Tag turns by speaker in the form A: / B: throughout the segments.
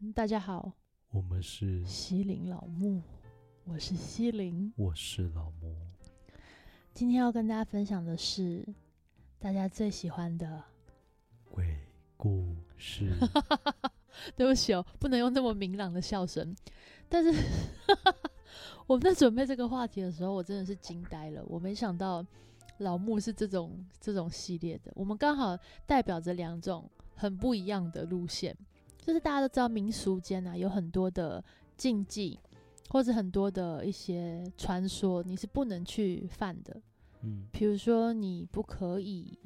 A: 嗯大家好，
B: 我们是，
A: 西林老木，我是西林。
B: 我是老木，
A: 今天要跟大家分享的是大家最喜欢的，
B: 鬼故 事
A: 对不起哦，不能用那么明朗的笑声。但是 我们在准备这个话题的时候，我真的是惊呆了，我没想到老木是这种这种系列的。我们刚好代表着两种很不一样的路线，就是大家都知道民俗间啊有很多的禁忌，或者很多的一些传说，你是不能去犯的。
B: 嗯，
A: 比如说，你不可以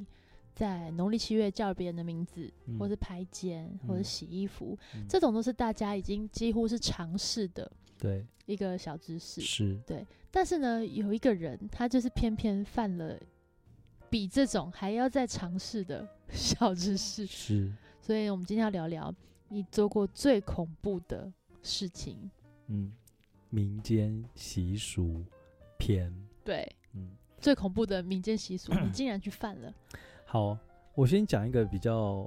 A: 在农历七月叫别人的名字，
B: 嗯
A: 或是排间，或是
B: 嗯
A: 洗衣服，
B: 嗯
A: 这种都是大家已经几乎是尝试的
B: 对
A: 一个小知识。
B: 是，
A: 但是呢，有一个人他就是偏偏犯了比这种还要再尝试的小知识，
B: 是，
A: 所以我们今天要聊聊你做过最恐怖的事情。
B: 嗯，民间习俗篇，
A: 对，
B: 嗯，
A: 最恐怖的民间习 俗，你竟然去犯了，
B: 好，我先讲一个比较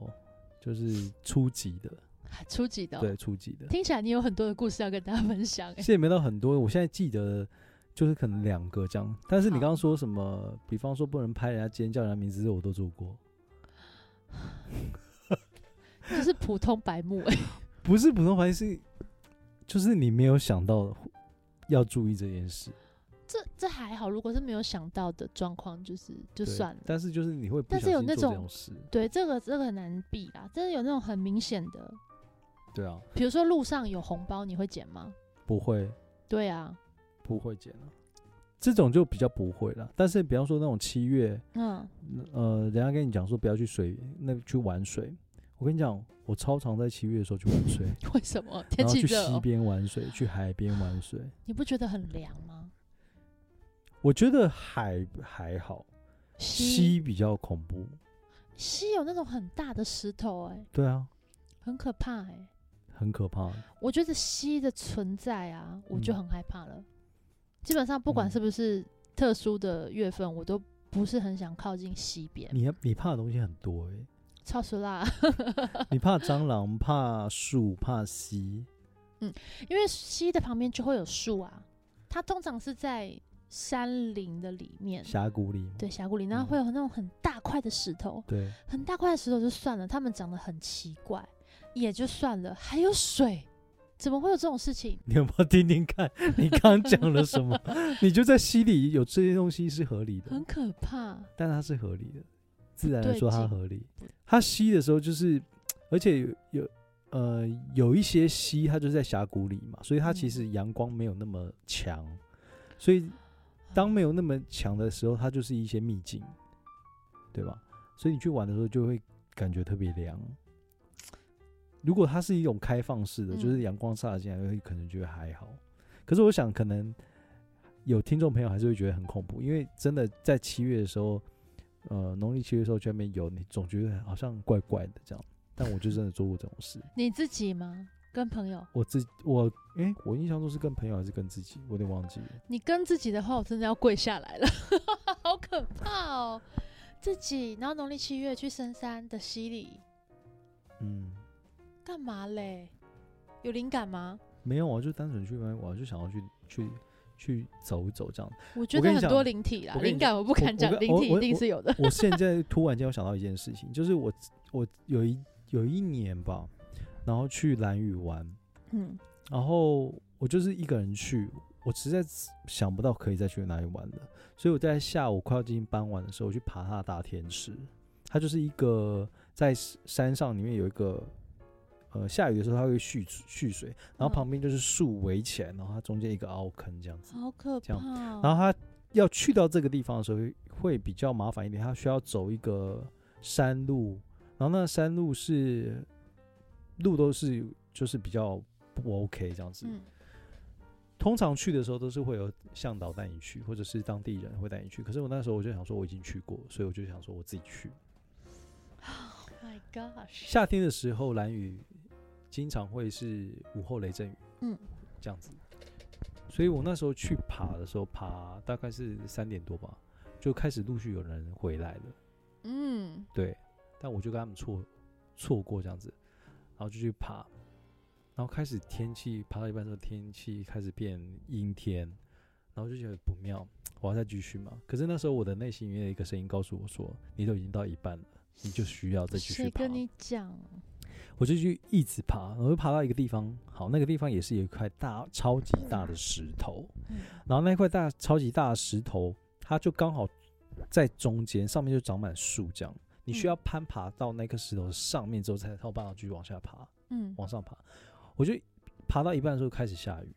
B: 就是初级的，
A: 啊初级的哦、
B: 对，初级的，
A: 听起来你有很多的故事要跟大家分享、欸，
B: 现在没到很多，我现在记得就是可能两个这样，但是你
A: 好
B: 刚刚说什么，比方说不能拍人家尖叫人家名字，这我都做过，
A: 就是普通白目、欸，
B: 不是普通怀疑，是就是你没有想到要注意这件事。
A: 这这还好，如果是没有想到的状况，就是就
B: 对
A: 算了。
B: 但是就是你会不
A: 但是有
B: 小心
A: 那
B: 做
A: 种
B: 这种事，
A: 对，这个这个很难避啦，真的有那种很明显的，
B: 对啊，
A: 比如说路上有红包，你会捡吗？
B: 不会
A: 对啊，
B: 不会捡啊，这种就比较不会了。但是比方说那种七月，
A: 嗯，
B: 呃，人家跟你讲说不要去水那去玩水，我跟你讲，我超常在七月的时候去玩 水，
A: 为什么天
B: 然后
A: 气
B: 去
A: 热
B: 溪
A: 哦、
B: 边玩水，去海边玩水。
A: 你不觉得很凉吗？
B: 我觉得海还好，
A: 溪
B: 溪比较恐怖。
A: 溪有那种很大的石头、哎，
B: 对啊，
A: 很可怕、哎，
B: 很可怕。
A: 我觉得溪的存在啊，我就
B: 嗯
A: 很害怕了。基本上不管
B: 嗯
A: 是不是特殊的月份，我都不是很想靠近溪边。
B: 你你怕的东西很多欸诶、
A: 超熟啦，
B: 你怕蟑螂，怕树，怕溪，
A: 因为溪的旁边就会有树啊，它通常是在山林的里面，
B: 峡谷里吗。
A: 嗯对峡谷里，然后
B: 嗯
A: 会有那种很大块的石头，
B: 对，
A: 很大块的石头就算了，它们长得很奇怪也就算了，还有水，怎么会有这种事情？
B: 你有没有听听看？你刚刚讲了什 么？你就在溪里有这些东西是合理
A: 很
B: 的，
A: 可怕，
B: 但它是合理的，自然来
A: 对
B: 说它
A: 劲
B: 合理
A: 不。
B: 它吸的时候就是，而且有有呃有一些溪它就是在峡谷里嘛，所以它其
A: 嗯
B: 实阳光没有那么强，所以当没有那么强的时候，它就是一些秘境，对吧？所以你去玩的时候就会感觉特别凉。如果它是一种开放式的，
A: 嗯
B: 就是阳光洒进来，会可能觉得还好。可是我想，可能有听众朋友还是会觉得很恐怖，因为真的在七月的时候，呃，农历七月的时候去那边游，你总觉得好像怪怪的这样。但我就真的做过这种事，
A: 你自己吗？跟朋友，
B: 我自我诶、我印象中是跟朋友还是跟自己，我有点忘记了。
A: 你跟自己的话，我真的要跪下来了， 好可怕哦！自己，然后农历七月去深山的溪里
B: 嗯，
A: 干嘛嘞？有灵感吗？
B: 没有啊，就单纯去玩，我就想要去去去走一走这样。
A: 我觉
B: 我
A: 得
B: 跟你
A: 很
B: 讲
A: 多灵体啦，
B: 我跟你
A: 灵感我不敢讲
B: 我，我
A: 灵体
B: 我
A: 一定是有的。
B: 我现在突然间我想到一件事情，就是我我有一有一年吧，然后去蓝屿玩，
A: 嗯，
B: 然后我就是一个人去，我实在想不到可以再去哪里玩了，所以我在下午快要接近傍晚的时候，我去爬它的大天池，它就是一个在山上里面有一个。呃，下雨的时候它会蓄蓄水，然后旁边就是树围起来，然后它中间一个凹坑这样子。
A: 好可
B: 这
A: 怕
B: 样
A: 哦。
B: 然后他要去到这个地方的时候会比较麻烦一点，他需要走一个山路，然后那山路是路都是就是比较不 OK 这样子。
A: 嗯，
B: 通常去的时候都是会有向导带你去，或者是当地人会带你去。可是我那时候我就想说我已经去过，所以我就想说我自己去。
A: Oh my gosh，
B: 夏天的时候，蓝雨经常会是午后雷阵雨，
A: 嗯，
B: 这样子。所以我那时候去爬的时候，爬大概是三点多吧，就开始陆续有人回来了。
A: 嗯，
B: 对，但我就跟他们错错过这样子，然后就去爬。然后开始天气爬到一半的时候，天气开始变阴天，然后就觉得不妙，我要再继续嘛。可是那时候我的内心里面的一个声音告诉我说，你都已经到一半了，你就需要再继续
A: 谁
B: 爬。
A: 跟你讲？
B: 我就去一直爬，我就爬到一个地方，好，那个地方也是有一块大超级大的石头，
A: 嗯
B: 然后那块大超级大的石头，它就刚好在中间，上面就长满树这样。你
A: 嗯
B: 需要攀爬到那棵石头上面之后，才才有办法继续往下爬。
A: 嗯，
B: 往上爬，我就爬到一半的时候开始下雨，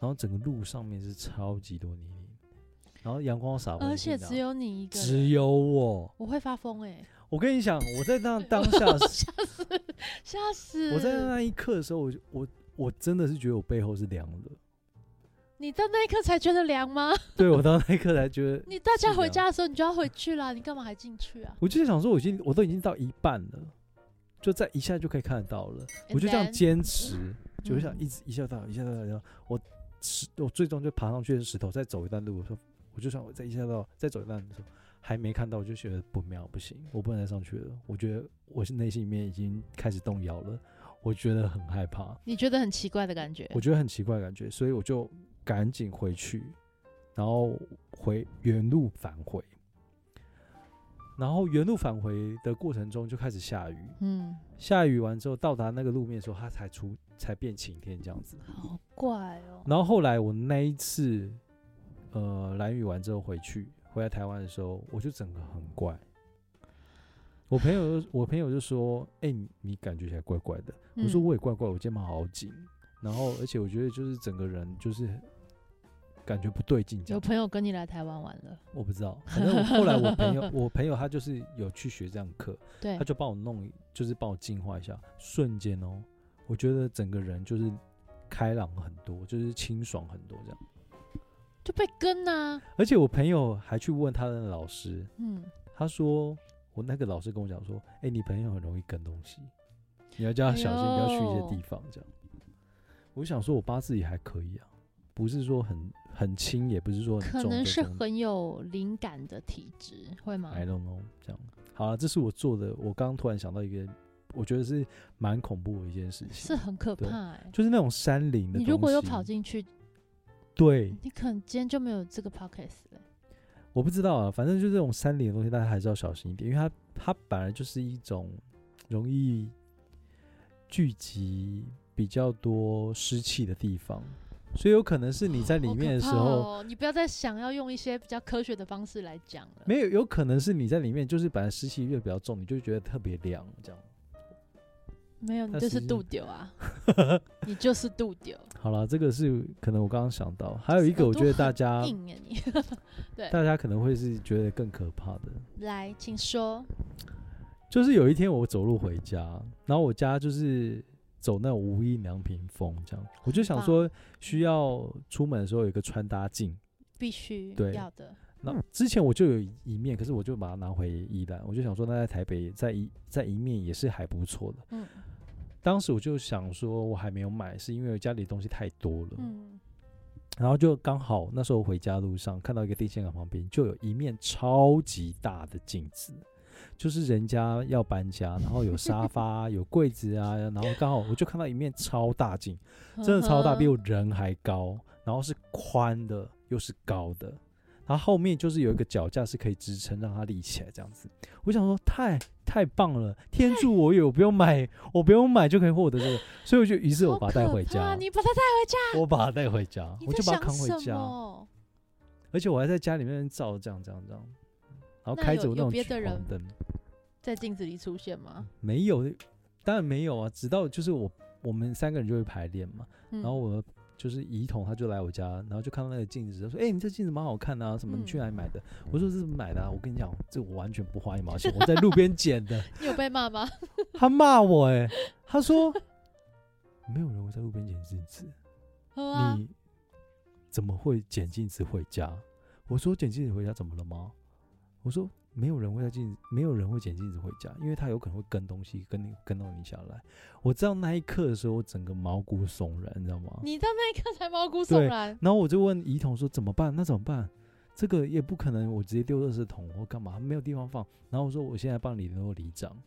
B: 然后整个路上面是超级多泥泞，然后阳光洒不进
A: 而且
B: 去
A: 只
B: 这样
A: 有你一个人，
B: 只有我，
A: 我会发疯哎、
B: 我跟你讲，我在那当 下，
A: 吓死，吓死！
B: 我在那一刻的时候，我就我我真的是觉得我背后是凉的，
A: 你到那一刻才觉得凉吗？
B: 对我到那一刻才觉得，
A: 你大家
B: 是
A: 回
B: 凉
A: 家的时候你就要回去啦，你干嘛还进去啊？
B: 我就想说，我已经我都已经到一半了，就在一下就可以看得到了，我
A: And
B: 就这样
A: then，
B: 坚持。就会想
A: 嗯
B: 一直一下到一下到，然后我石我最终就爬上去的石头，再走一段路，我说我就想我再一下到再走一段路的时候，还没看到我就觉得不妙，不行，我不能再上去了。我觉得我是内心里面已经开始动摇了，我觉得很害怕，
A: 你觉得很奇怪的感觉。
B: 我觉得很奇怪的感觉，所以我就赶紧回去，然后回原路返回。然后原路返回的过程中就开始下雨，
A: 嗯，
B: 下雨完之后到达那个路面的时候，它才出才变晴天这样子。
A: 好怪哦。
B: 然后后来我那一次，呃，蓝雨完之后回去，回来台湾的时候，我就整个很怪。我朋友就，我朋友就说：“哎、你你感觉起来怪怪的。”我说：“
A: 嗯
B: 我也怪怪，我肩膀好紧。”然后，而且我觉得就是整个人就是感觉不对劲，这
A: 有
B: 样
A: 朋友跟你来台湾玩了，
B: 我不知 道。反正我后来我朋友，我朋友他就是有去学这样课，
A: 对
B: 他，就帮我弄，就是帮我净化一下。瞬间哦，我觉得整个人就是开朗很多，就是清爽很多这样。
A: 就被跟呐、
B: 而且我朋友还去问他的老师，
A: 嗯，
B: 他说我那个老师跟我讲说，哎、你朋友很容易跟东 西，你要叫他小心，不要去一
A: 哎呦
B: 些地方这样。我想说，我八字也还可以啊，不是说很很轻，也不是说很
A: 可
B: 重
A: 能
B: 这哎
A: 是
B: 种
A: 很有灵感的体质，会吗？
B: I don't know 这样。好了，这是我做的，我刚刚突然想到一个，我觉得是蛮恐怖的一件事
A: 是
B: 情，
A: 很可
B: 对
A: 怕、欸。
B: 就是那种山林的东
A: 你
B: 西。嗯
A: 如果有跑进去，
B: 对，
A: 你可能今天就没有这个 podcast 了、
B: 我不知道啊，反正就这种山林的东西，大家还是要小心一点，因为它它本来就是一种容易聚集比较多湿气的地方，所以有可能是你在里
A: 好可
B: 面的时
A: 怕
B: 候，
A: 哦你不要再想要用一些比较科学的方式来讲了。
B: 没有，有可能是你在里面就是本来湿气越比较重，你就觉得特别凉这样。
A: 没有，你
B: 但
A: 就是是
B: 是
A: 度丢 啊，你就是度丢。
B: 好啦，这个是可能我刚刚想到，还有一个
A: 耳
B: 我
A: 朵
B: 觉得大
A: 很
B: 家
A: 硬哎、你
B: 大家可能会是觉得更可怕的，
A: 来，请说。
B: 就是有一天我走路回家，然后我家就是走那种无印良品风这样，我就想说需要出门的时候有一个穿搭镜。
A: 必须
B: 对
A: 要的。
B: 那之前我就有一面，可是我就把它拿回宜兰，我就想说那在台北在一在一面也是还不错的。
A: 嗯
B: 当时我就想说我还没有买，是因为家里东西太多了，
A: 嗯，
B: 然后就刚好那时候回家路上看到一个电线杆旁边就有一面超级大的镜子，就是人家要搬家，然后有沙发啊、有柜子啊，然后刚好我就看到一面超大镜，真的超大，比
A: 嗯
B: 我人还高，然后是宽的又是高的，然后后面就是有一个脚架是可以支撑让它立起来这样子。我想说太太棒了，天助我也，我不用买，我不用买就可以获得这个，所以我就于是
A: 哼
B: 我把它带
A: 好可
B: 回
A: 怕
B: 家，
A: 你把它带，
B: 我把它带回家，
A: 你
B: 我
A: 在
B: 就把它
A: 想
B: 扛回
A: 什
B: 家。
A: 么？
B: 而且我还在家里面照这样这样这样，然后
A: 那
B: 开
A: 有
B: 着我那
A: 有
B: 种
A: 别
B: 聚
A: 的
B: 光
A: 人
B: 灯，
A: 在镜子里出现吗？
B: 没有，当然没有啊。直到就是我我们三个人就会排练嘛，
A: 嗯
B: 然后我就是怡彤他就来我家，然后就看到那个镜子，就说：“哎、你这镜子蛮好看的啊，什么？你
A: 嗯
B: 去哪里买的？”我说：“这是买的啊。”我跟你讲，这我完全不花一毛钱，我在路边 捡的。
A: 你有被骂 吗？
B: 他骂我哎、他说：“没有人会在路边捡镜子。”
A: 喝啊，
B: 你怎么会捡镜子回家？我说捡镜子回家怎么了吗？我说没有人会在镜子，没有人会捡镜子回家，因为他有可能会跟东西跟你跟到你下来。我知道那一刻的时候，我整个毛骨悚然，你知道吗？
A: 你到那一刻才毛骨悚然。
B: 然后我就问怡彤说怎么办？那怎么办？这个也不可能，我直接丢垃圾桶或干嘛，没有地方放。然后我说我现在帮你联络里长，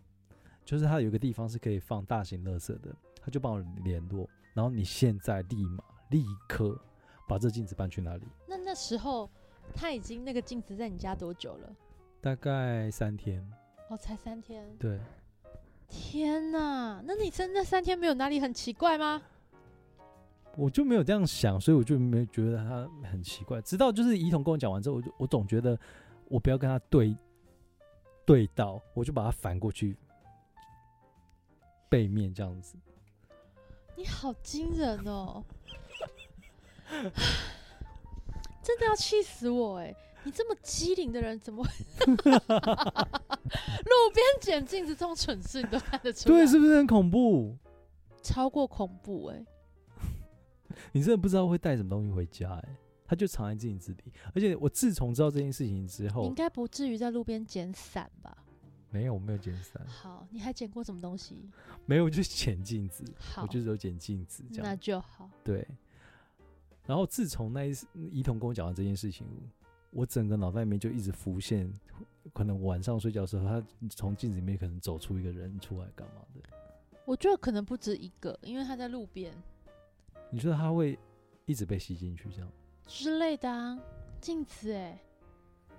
B: 就是它有一个地方是可以放大型垃圾的，他就帮我联络，然后你现在立马立刻把这镜子搬去那里，
A: 那那时候他已经那个镜子在你家多久了？
B: 大概三天，
A: 哦，才三天。
B: 对，
A: 天哪！那你真的三天没有哪里很奇怪吗？
B: 我就没有这样想，所以我就没有觉得他很奇怪。直到就是怡彤跟我讲完之后，我就我总觉得我不要跟他对对到，我就把它反过去背面这样子。
A: 你好惊人哦！真的要气死我哎、你这么机灵的人，怎么会？ 路边捡镜子这种蠢事你都看得出来，
B: 对，是不是很恐怖？
A: 超过恐怖哎、
B: 你真的不知道会带什么东西回家哎、他就藏在镜子里。而且我自从知道这件事情之
A: 你
B: 后
A: 应，该不至于在路边捡伞吧？
B: 没有，我没有捡伞，
A: 好，你还捡过什么东西？
B: 没有，我就捡镜子，
A: 好，
B: 我就只有捡镜子这
A: 那
B: 样。
A: 就好。
B: 对。然后自从那一次怡彤跟我讲完这件事情，我整个脑袋里面就一直浮现，可能晚上睡觉的时候，他从镜子里面可能走出一个人出来干嘛的？
A: 我觉得可能不止一个，因为他在路边
B: 你觉得他会一直被吸进去这样？
A: 之类的啊，镜子哎、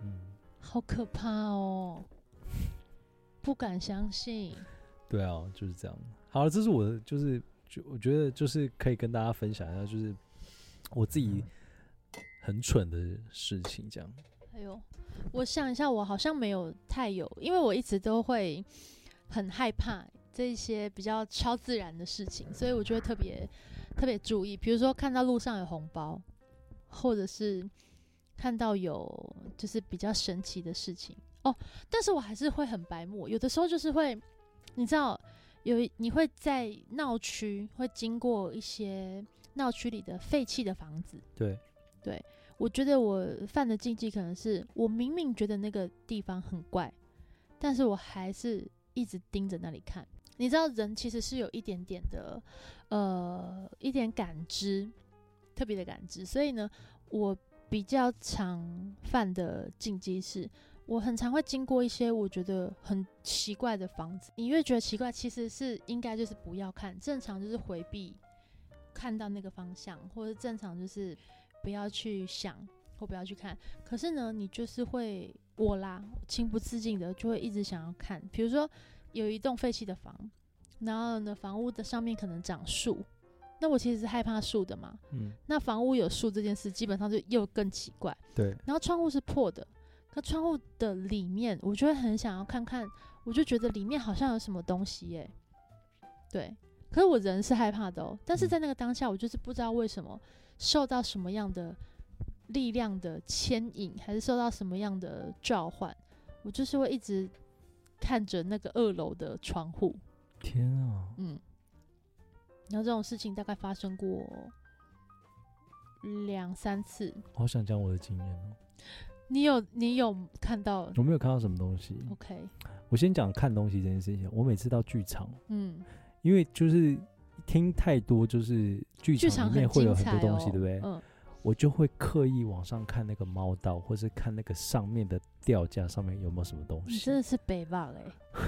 B: 嗯，
A: 好可怕哦！不敢相信，
B: 对啊，就是这样。好了，这是我的，就是就我觉得就是可以跟大家分享一下，就是我自己很蠢的事情，这样。
A: 哎呦，我想一下，我好像没有太有，因为我一直都会很害怕这一些比较超自然的事情，所以我就会特别特别注意，比如说看到路上有红包，或者是看到有就是比较神奇的事情哦，但是我还是会很白目，有的时候就是会，你知道。有一你会在闹区会经过一些闹区里的废弃的房子，
B: 对，
A: 我觉得我犯的禁忌可能是我明明觉得那个地方很怪，但是我还是一直盯着那里看。你知道，人其实是有一点点的，呃，一点感知，特别的感知。所以呢，我比较常犯的禁忌是，我很常会经过一些我觉得很奇怪的房子。你越觉得奇怪，其实是应该就是不要看，正常就是回避看到那个方向，或者正常就是不要去想或不要去看。可是呢，你就是会我啦，情不自禁的就会一直想要看。比如说有一栋废弃的房，然后呢，房屋的上面可能长树，那我其实是害怕树的嘛。
B: 嗯，
A: 那房屋有树这件事，基本上就又更奇怪。
B: 对，
A: 然后窗户是破的，可窗户的里面，我就会很想要看看，我就觉得里面好像有什么东西耶、对，可是我人是害怕的哦、但是
B: 嗯
A: 在那个当下，我就是不知道为什么受到什么样的力量的牵引，还是受到什么样的召唤，我就是会一直看着那个二楼的窗户，
B: 天啊，
A: 嗯。然后这种事情大概发生过两三次，
B: 好想讲我的经验哦。
A: 你有你有看到
B: 我没有看到什么东西。
A: ？OK，
B: 我先讲看东西这件事情。我每次到剧场，
A: 嗯，
B: 因为就是听太多，就是剧
A: 剧
B: 场
A: 场
B: 里面会有
A: 精
B: 很
A: 彩
B: 多
A: 哦，
B: 东西，对不对？
A: 嗯，
B: 我就会刻意往上看那个猫道，或是看那个上面的吊架上面有没有什么东
A: 你
B: 西
A: 真。的是北霸 哎、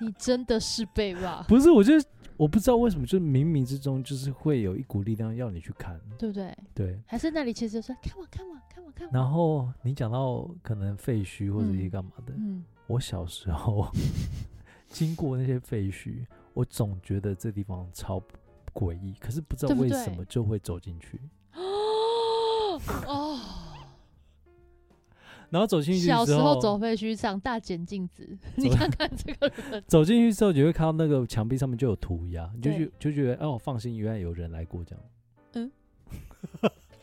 A: 你真的是北霸，
B: 不是，我就是我不知道为什么，就是冥冥之中就是会有一股力量要你去看，
A: 对不对？
B: 对。
A: 还是那里其实就是看我看我看我看我，
B: 然后你讲到可能废墟或者一些
A: 嗯
B: 干嘛的，
A: 嗯，
B: 我小时候 经过那些废墟，我总觉得这地方超诡异，可是不知道
A: 对不
B: 为
A: 对
B: 什么就会走进去，
A: 哦哦，
B: 然后走进去之
A: 小
B: 后，
A: 时候走废墟，长大捡镜子， 你看看这个人，
B: 走进去之后，你会看到那个墙壁上面就有涂鸦，你就
A: 对
B: 觉就觉得哦，放心，原来有人来过这样，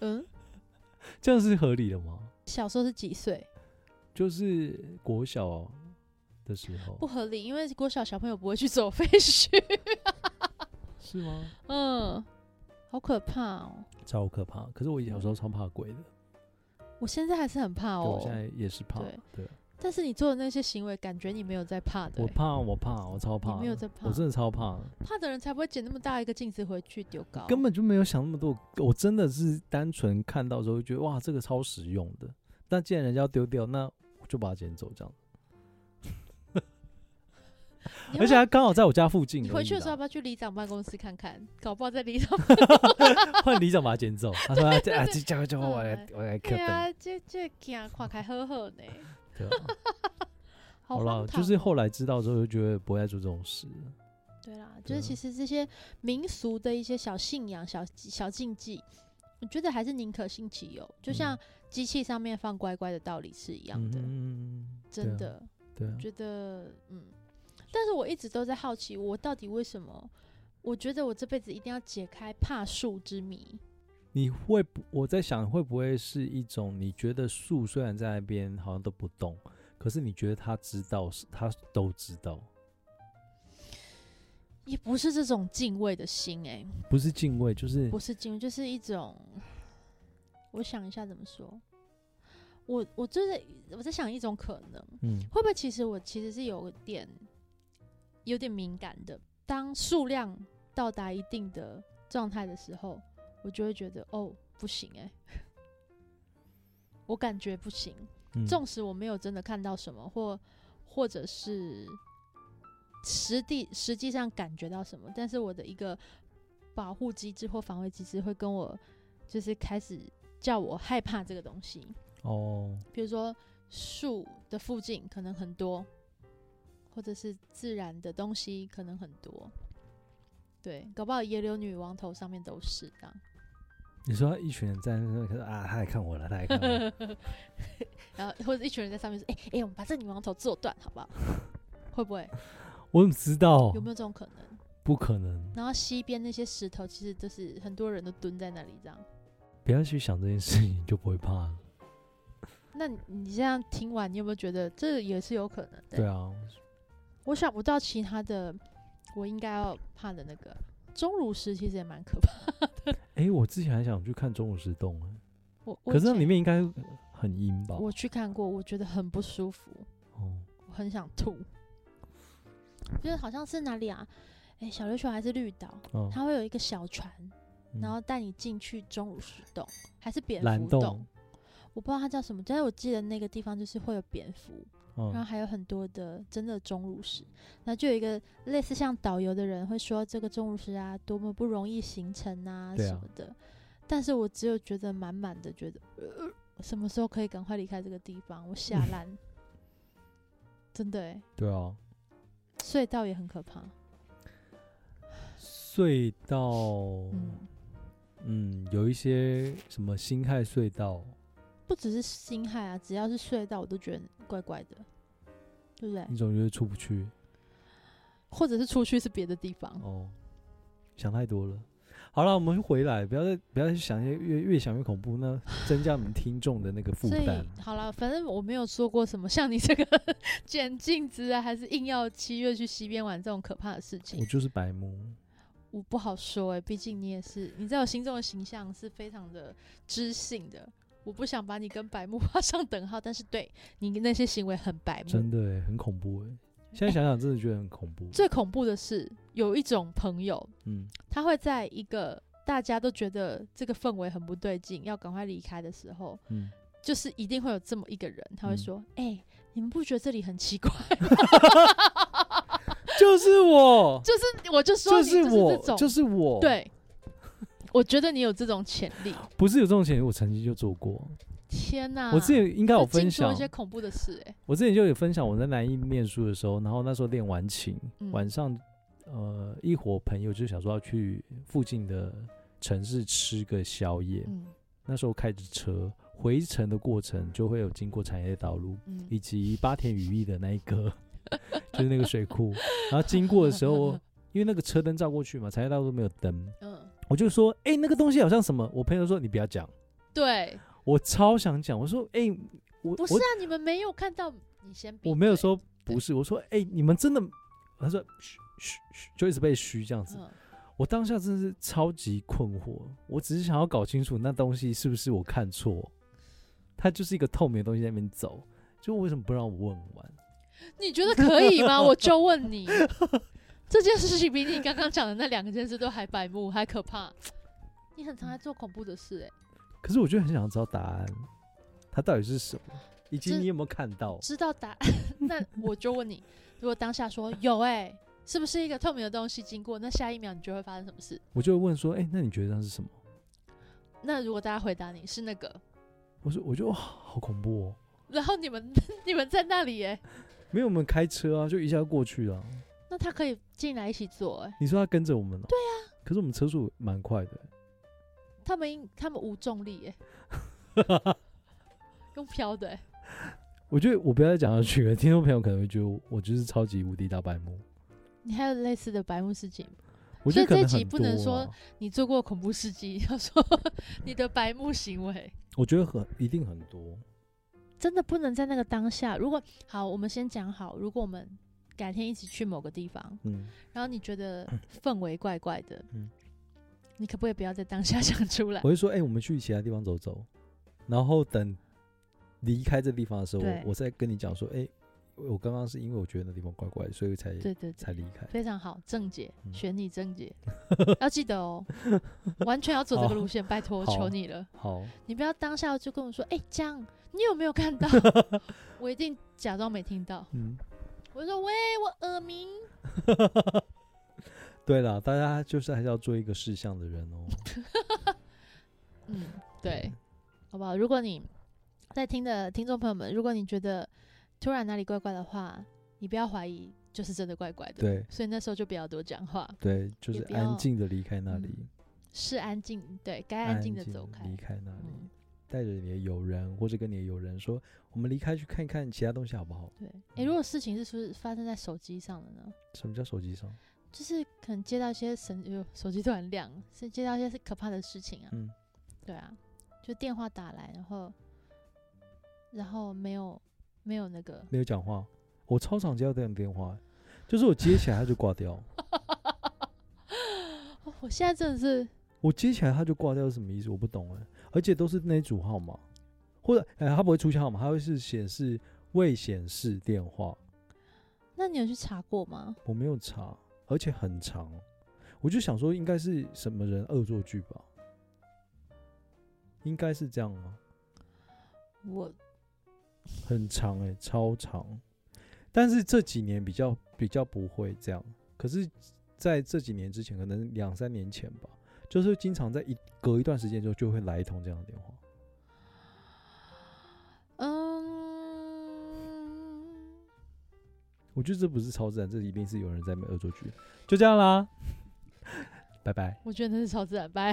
A: 嗯，
B: 这样是合理的吗？
A: 小时候是几岁？
B: 就是国小的时候
A: 不合理，因为国小小朋友不会去走废 墟，
B: 是吗？
A: 嗯，好可怕哦。
B: 超可怕！可是我小时候超怕鬼的，
A: 我现在还是很怕
B: 对我
A: 嗯哦，
B: 现在也是怕。
A: 对
B: 对，
A: 但是你做的那些行为，感觉你没有在怕的欸、
B: 我怕，我怕，我超怕，
A: 你没有在怕
B: 我真的超怕，
A: 怕的人才不会捡那么大一个镜子回去丢高。
B: 根本就没有想那么多。我真的是单纯看到之后就觉得哇，这个超实用的。但既然人家要丢掉，那我就把它捡走这样。
A: 你要
B: 而且
A: 不要
B: 它刚好在我家附近而已
A: 你
B: 啦。
A: 回去的时候要不要去里长办公室看看？搞不好在里长
B: 换里长把它捡走，他说啊，这啊，这家伙叫我来
A: 嗯，
B: 我来克
A: 对
B: 本。
A: 啊，这这行看开好好呢。
B: 对啊，
A: 好
B: 好
A: 荒
B: 了，就
A: 唐
B: 是
A: 哦
B: 后来知道之后就觉得不会再做这种事了。
A: 对啦，就
B: 对
A: 是
B: 啊
A: 其实这些民俗的一些小信仰、小小禁忌，我觉得还是宁可信其有，就像
B: 嗯
A: 机器上面放乖乖的道理是一样的，
B: 嗯，对
A: 真
B: 啊，
A: 的。
B: 对啊
A: 我，觉得，嗯，但是我一直都在好奇，我到底为什么？我觉得我这辈子一定要解开怕树之谜。
B: 你会不？我在想，会不会是一种你觉得树虽然在那边好像都不动，可是你觉得他知道，是他都知道，
A: 也不是这种敬畏的心、欸，
B: 不是敬畏，就是
A: 不是敬畏，就是一种，我想一下怎么说。我我就是我在想一种可能，
B: 嗯
A: 会不会其实我其实是有点有点敏感的。当数量到达一定的状态的时候，我就会觉得哦，不行哎、 我感觉不行。
B: 嗯，
A: 纵使我没有真的看到什么，或或者是实地实际上感觉到什么，但是我的一个保护机制或防卫机制会跟我就是开始叫我害怕这个东西。
B: 哦，
A: 比如说树的附近可能很多，或者是自然的东西可能很多。对，搞不好野柳女王头上面都是这
B: 你说一群人在那边啊，他来看我了，他来看我了，
A: 样， 然后或者一群人在上面说：“哎、哎、我们把这女王头做断，好不好？” 会不会
B: 我怎么知道
A: 有？没有这种可能？
B: 不可能，
A: 然后西边那些石头其实都是很多人都蹲在那里这样。
B: 不要去想这件事情，就不会 怕了。
A: 那你你这样听完，你有没有觉得这也是有可能的？
B: 对啊，
A: 我想不到其他的，我应该要怕的那个钟乳石其实也蛮可怕。
B: 诶，我之前还想去看中午石洞欸，
A: 我我
B: 可是
A: 以
B: 那
A: 前
B: 里面应该很阴吧？
A: 我去看过，我觉得很不舒服，
B: 哦，
A: 我很想吐。就是好像是哪里啊？哎、小琉球还是绿岛？
B: 哦
A: 它会有一个小船，
B: 嗯
A: 然后带你进去钟乳石洞，还是蝙
B: 蓝
A: 蝠洞？
B: 洞，
A: 我不知道它叫什么，但是我记得那个地方就是会有蝙蝠，然后
B: 嗯，
A: 还有很多的真的钟乳石，然后就有一个类似像导游的人会说这个钟乳石啊多么不容易形成啊
B: 对
A: 什
B: 啊
A: 么的，但是我只有觉得满满的觉得、呃什么时候可以赶快离开这个地方，我
B: 嗯
A: 吓烂，真的欸，
B: 对啊，
A: 隧道也很可
B: 哦
A: 怕，
B: 隧道，
A: 嗯，
B: 嗯，有一些什么辛亥隧道，
A: 不只是辛亥啊，只要是隧道我都觉得怪怪的，对不对？
B: 你总觉得出不去
A: 或者是出去是别的地方，
B: 哦，想太多了。好了，我们回来，不要再不要再想一些越越想越恐怖，那增加我们听众的那个负
A: 所以
B: 担。啊
A: 好了，反正我没有做过什么像你这个 捡镜子啊，还是硬要七月去西边玩这种可怕的事情
B: 我，就是白目，
A: 我不好说哎、毕竟你也是，你在我心中的形象是非常的知性的。我不想把你跟白目 画上等号，但是对你那些行为很白目
B: 真。的欸很恐怖哎、现在想想真的觉得很恐怖。
A: 最恐怖的是，有一种朋友，
B: 嗯，
A: 他会在一个大家都觉得这个氛围很不对劲，要赶快离开的时候，
B: 嗯，
A: 就是一定会有这么一个人，他会
B: 嗯
A: 说：“哎、你们不觉得这里很奇怪 吗？”
B: 就是我，
A: 就是我就说
B: 就
A: 你就是
B: 我
A: 这，种，
B: 就是我，，
A: 对，我觉得你有这种潜力。
B: 不是有这种情形，我曾经就做过。
A: 天哪、
B: 我之前应该有
A: 这
B: 分
A: 净做
B: 享
A: 一，些恐怖的事、欸，
B: 我之前就有分享，我在南艺念书的时候，然后那时候练完琴，
A: 嗯
B: 晚上呃一伙朋友就想说要去附近的城市吃个宵夜。
A: 嗯
B: 那时候开着车回程的过程，就会有经过产业道路
A: 嗯，
B: 以及八田羽翼的那一个， 就是那个水库。然后经过的时候，因为那个车灯照过去嘛，产业道路没有灯，
A: 嗯，
B: 我就说：“哎、那个东西好像什么？”我朋友说：“你不要讲。
A: 对，”
B: 我超想讲，我说：“哎、我
A: 不是
B: 我
A: 啊，你们没有看到，你先闭
B: 我没有
A: 嘴，
B: 说不是，我说哎、你们真的，他说嘘嘘嘘，就一直被嘘这样子。
A: 嗯，
B: 我当下真的是超级困惑，我只是想要搞清楚那东西是不是我看错，它就是一个透明的东西在那边走，就为什么不让我问完？
A: 你觉得可以 吗？我就问你，这件事情比你刚刚讲的那两件事都还白目，还可怕。你很常在做恐怖的事、欸，
B: 可是我就很想知道答案，它到底是什么，以及
A: 这
B: 你有没有看到？
A: 知道答案，那我就问你，如果当下说有、欸，是不是一个透明的东西经过，那下一秒你就会发生什么事？
B: 我就问说，哎、那你觉得那是什么？
A: 那如果大家回答你是那个，
B: 我说，我就哇，好恐怖哦！
A: 然后你们 你们在那里耶，
B: 没有，我们开车啊，就一下过去了啊。
A: 那他可以进来一起做哎，
B: 你说他跟着我们了、对
A: 啊
B: 呀、可是我们车速蛮快的、
A: 他们应他们无重力哎， 用飘的哎，
B: 我觉得我不要再讲下去了，听众朋友可能会觉得我我就是超级无敌大白 目。
A: 你还有类似的白目事情吗？
B: 我觉
A: 所以
B: 得可
A: 这
B: 能
A: 集
B: 很
A: 不
B: 多
A: 能说
B: 啊
A: 你做过恐怖事迹， 要说你的白目行为，
B: 我觉得很一定很多。
A: 真的不能在那个当下。如果好，我们先讲好，如果我们改天一起去某个地方，
B: 嗯，
A: 然后你觉得氛围怪怪的，
B: 嗯
A: 你可不可以不要在当下想出来
B: 我？会说，哎、我们去其他地方走走，然后等离开这地方的时候，
A: 对
B: 我我再跟你讲说，哎、我刚刚是因为我觉得那地方怪怪的，所以才
A: 对对对，
B: 才离开。
A: 非常好，正解，
B: 嗯
A: 选你正 解，要记得哦，完全要走这个路线，拜托，
B: 好
A: 求你了，
B: 好，
A: 你不要当下就跟我说，哎、江，你有没有看到？ 我一定假装没听到，
B: 嗯，
A: 我就说喂，我耳鸣。
B: 对了，大家就是还是要做一个事项的人哦。
A: 嗯， 对，，好不好？如果你在听的听众朋友们，如果你觉得突然哪里怪怪的话，你不要怀疑，就是真的怪怪的。
B: 对
A: 所以那时候就不要多讲话，
B: 对，就是
A: 也不要
B: 安静的离开那
A: 嗯
B: 里，
A: 是安静，对该嗯
B: 安
A: 安静的走开
B: 离。开那里，
A: 嗯，
B: 带着你的友人或者跟你的友人说，我们离开去看看其他东西好不好？
A: 对。诶、如果事情是是发生在手机上的呢？
B: 什么叫手机上？
A: 就是可能接到一些神，呃手机突然亮，是接到一些可怕的事情啊。
B: 嗯，
A: 对啊，就电话打来，然后然后没有没有那个，
B: 没有讲话，我超常接到这样的电话，就是我接起来他就挂掉，
A: 哦我现在真的是
B: 我接起来他就挂掉是什么意思？我不懂哎，而且都是那一组号码，或者哎、他不会出现号码，他会是显示未显示电话，
A: 那你有去查过吗？
B: 我没有查，而且很长，我就想说应该是什么人恶作剧吧，应该是这样啊吗？
A: 我
B: 很长哎、超长，但是这几年比较比较不会这样，可是在这几年之前，可能两三年前吧，就是经常在一隔一段时间之后就会来一通这样的电话，
A: 嗯，
B: 我觉得这不是超自然，这一定是 有人在恶作剧，就这样啦，拜拜。
A: 我觉得那是超自然拜。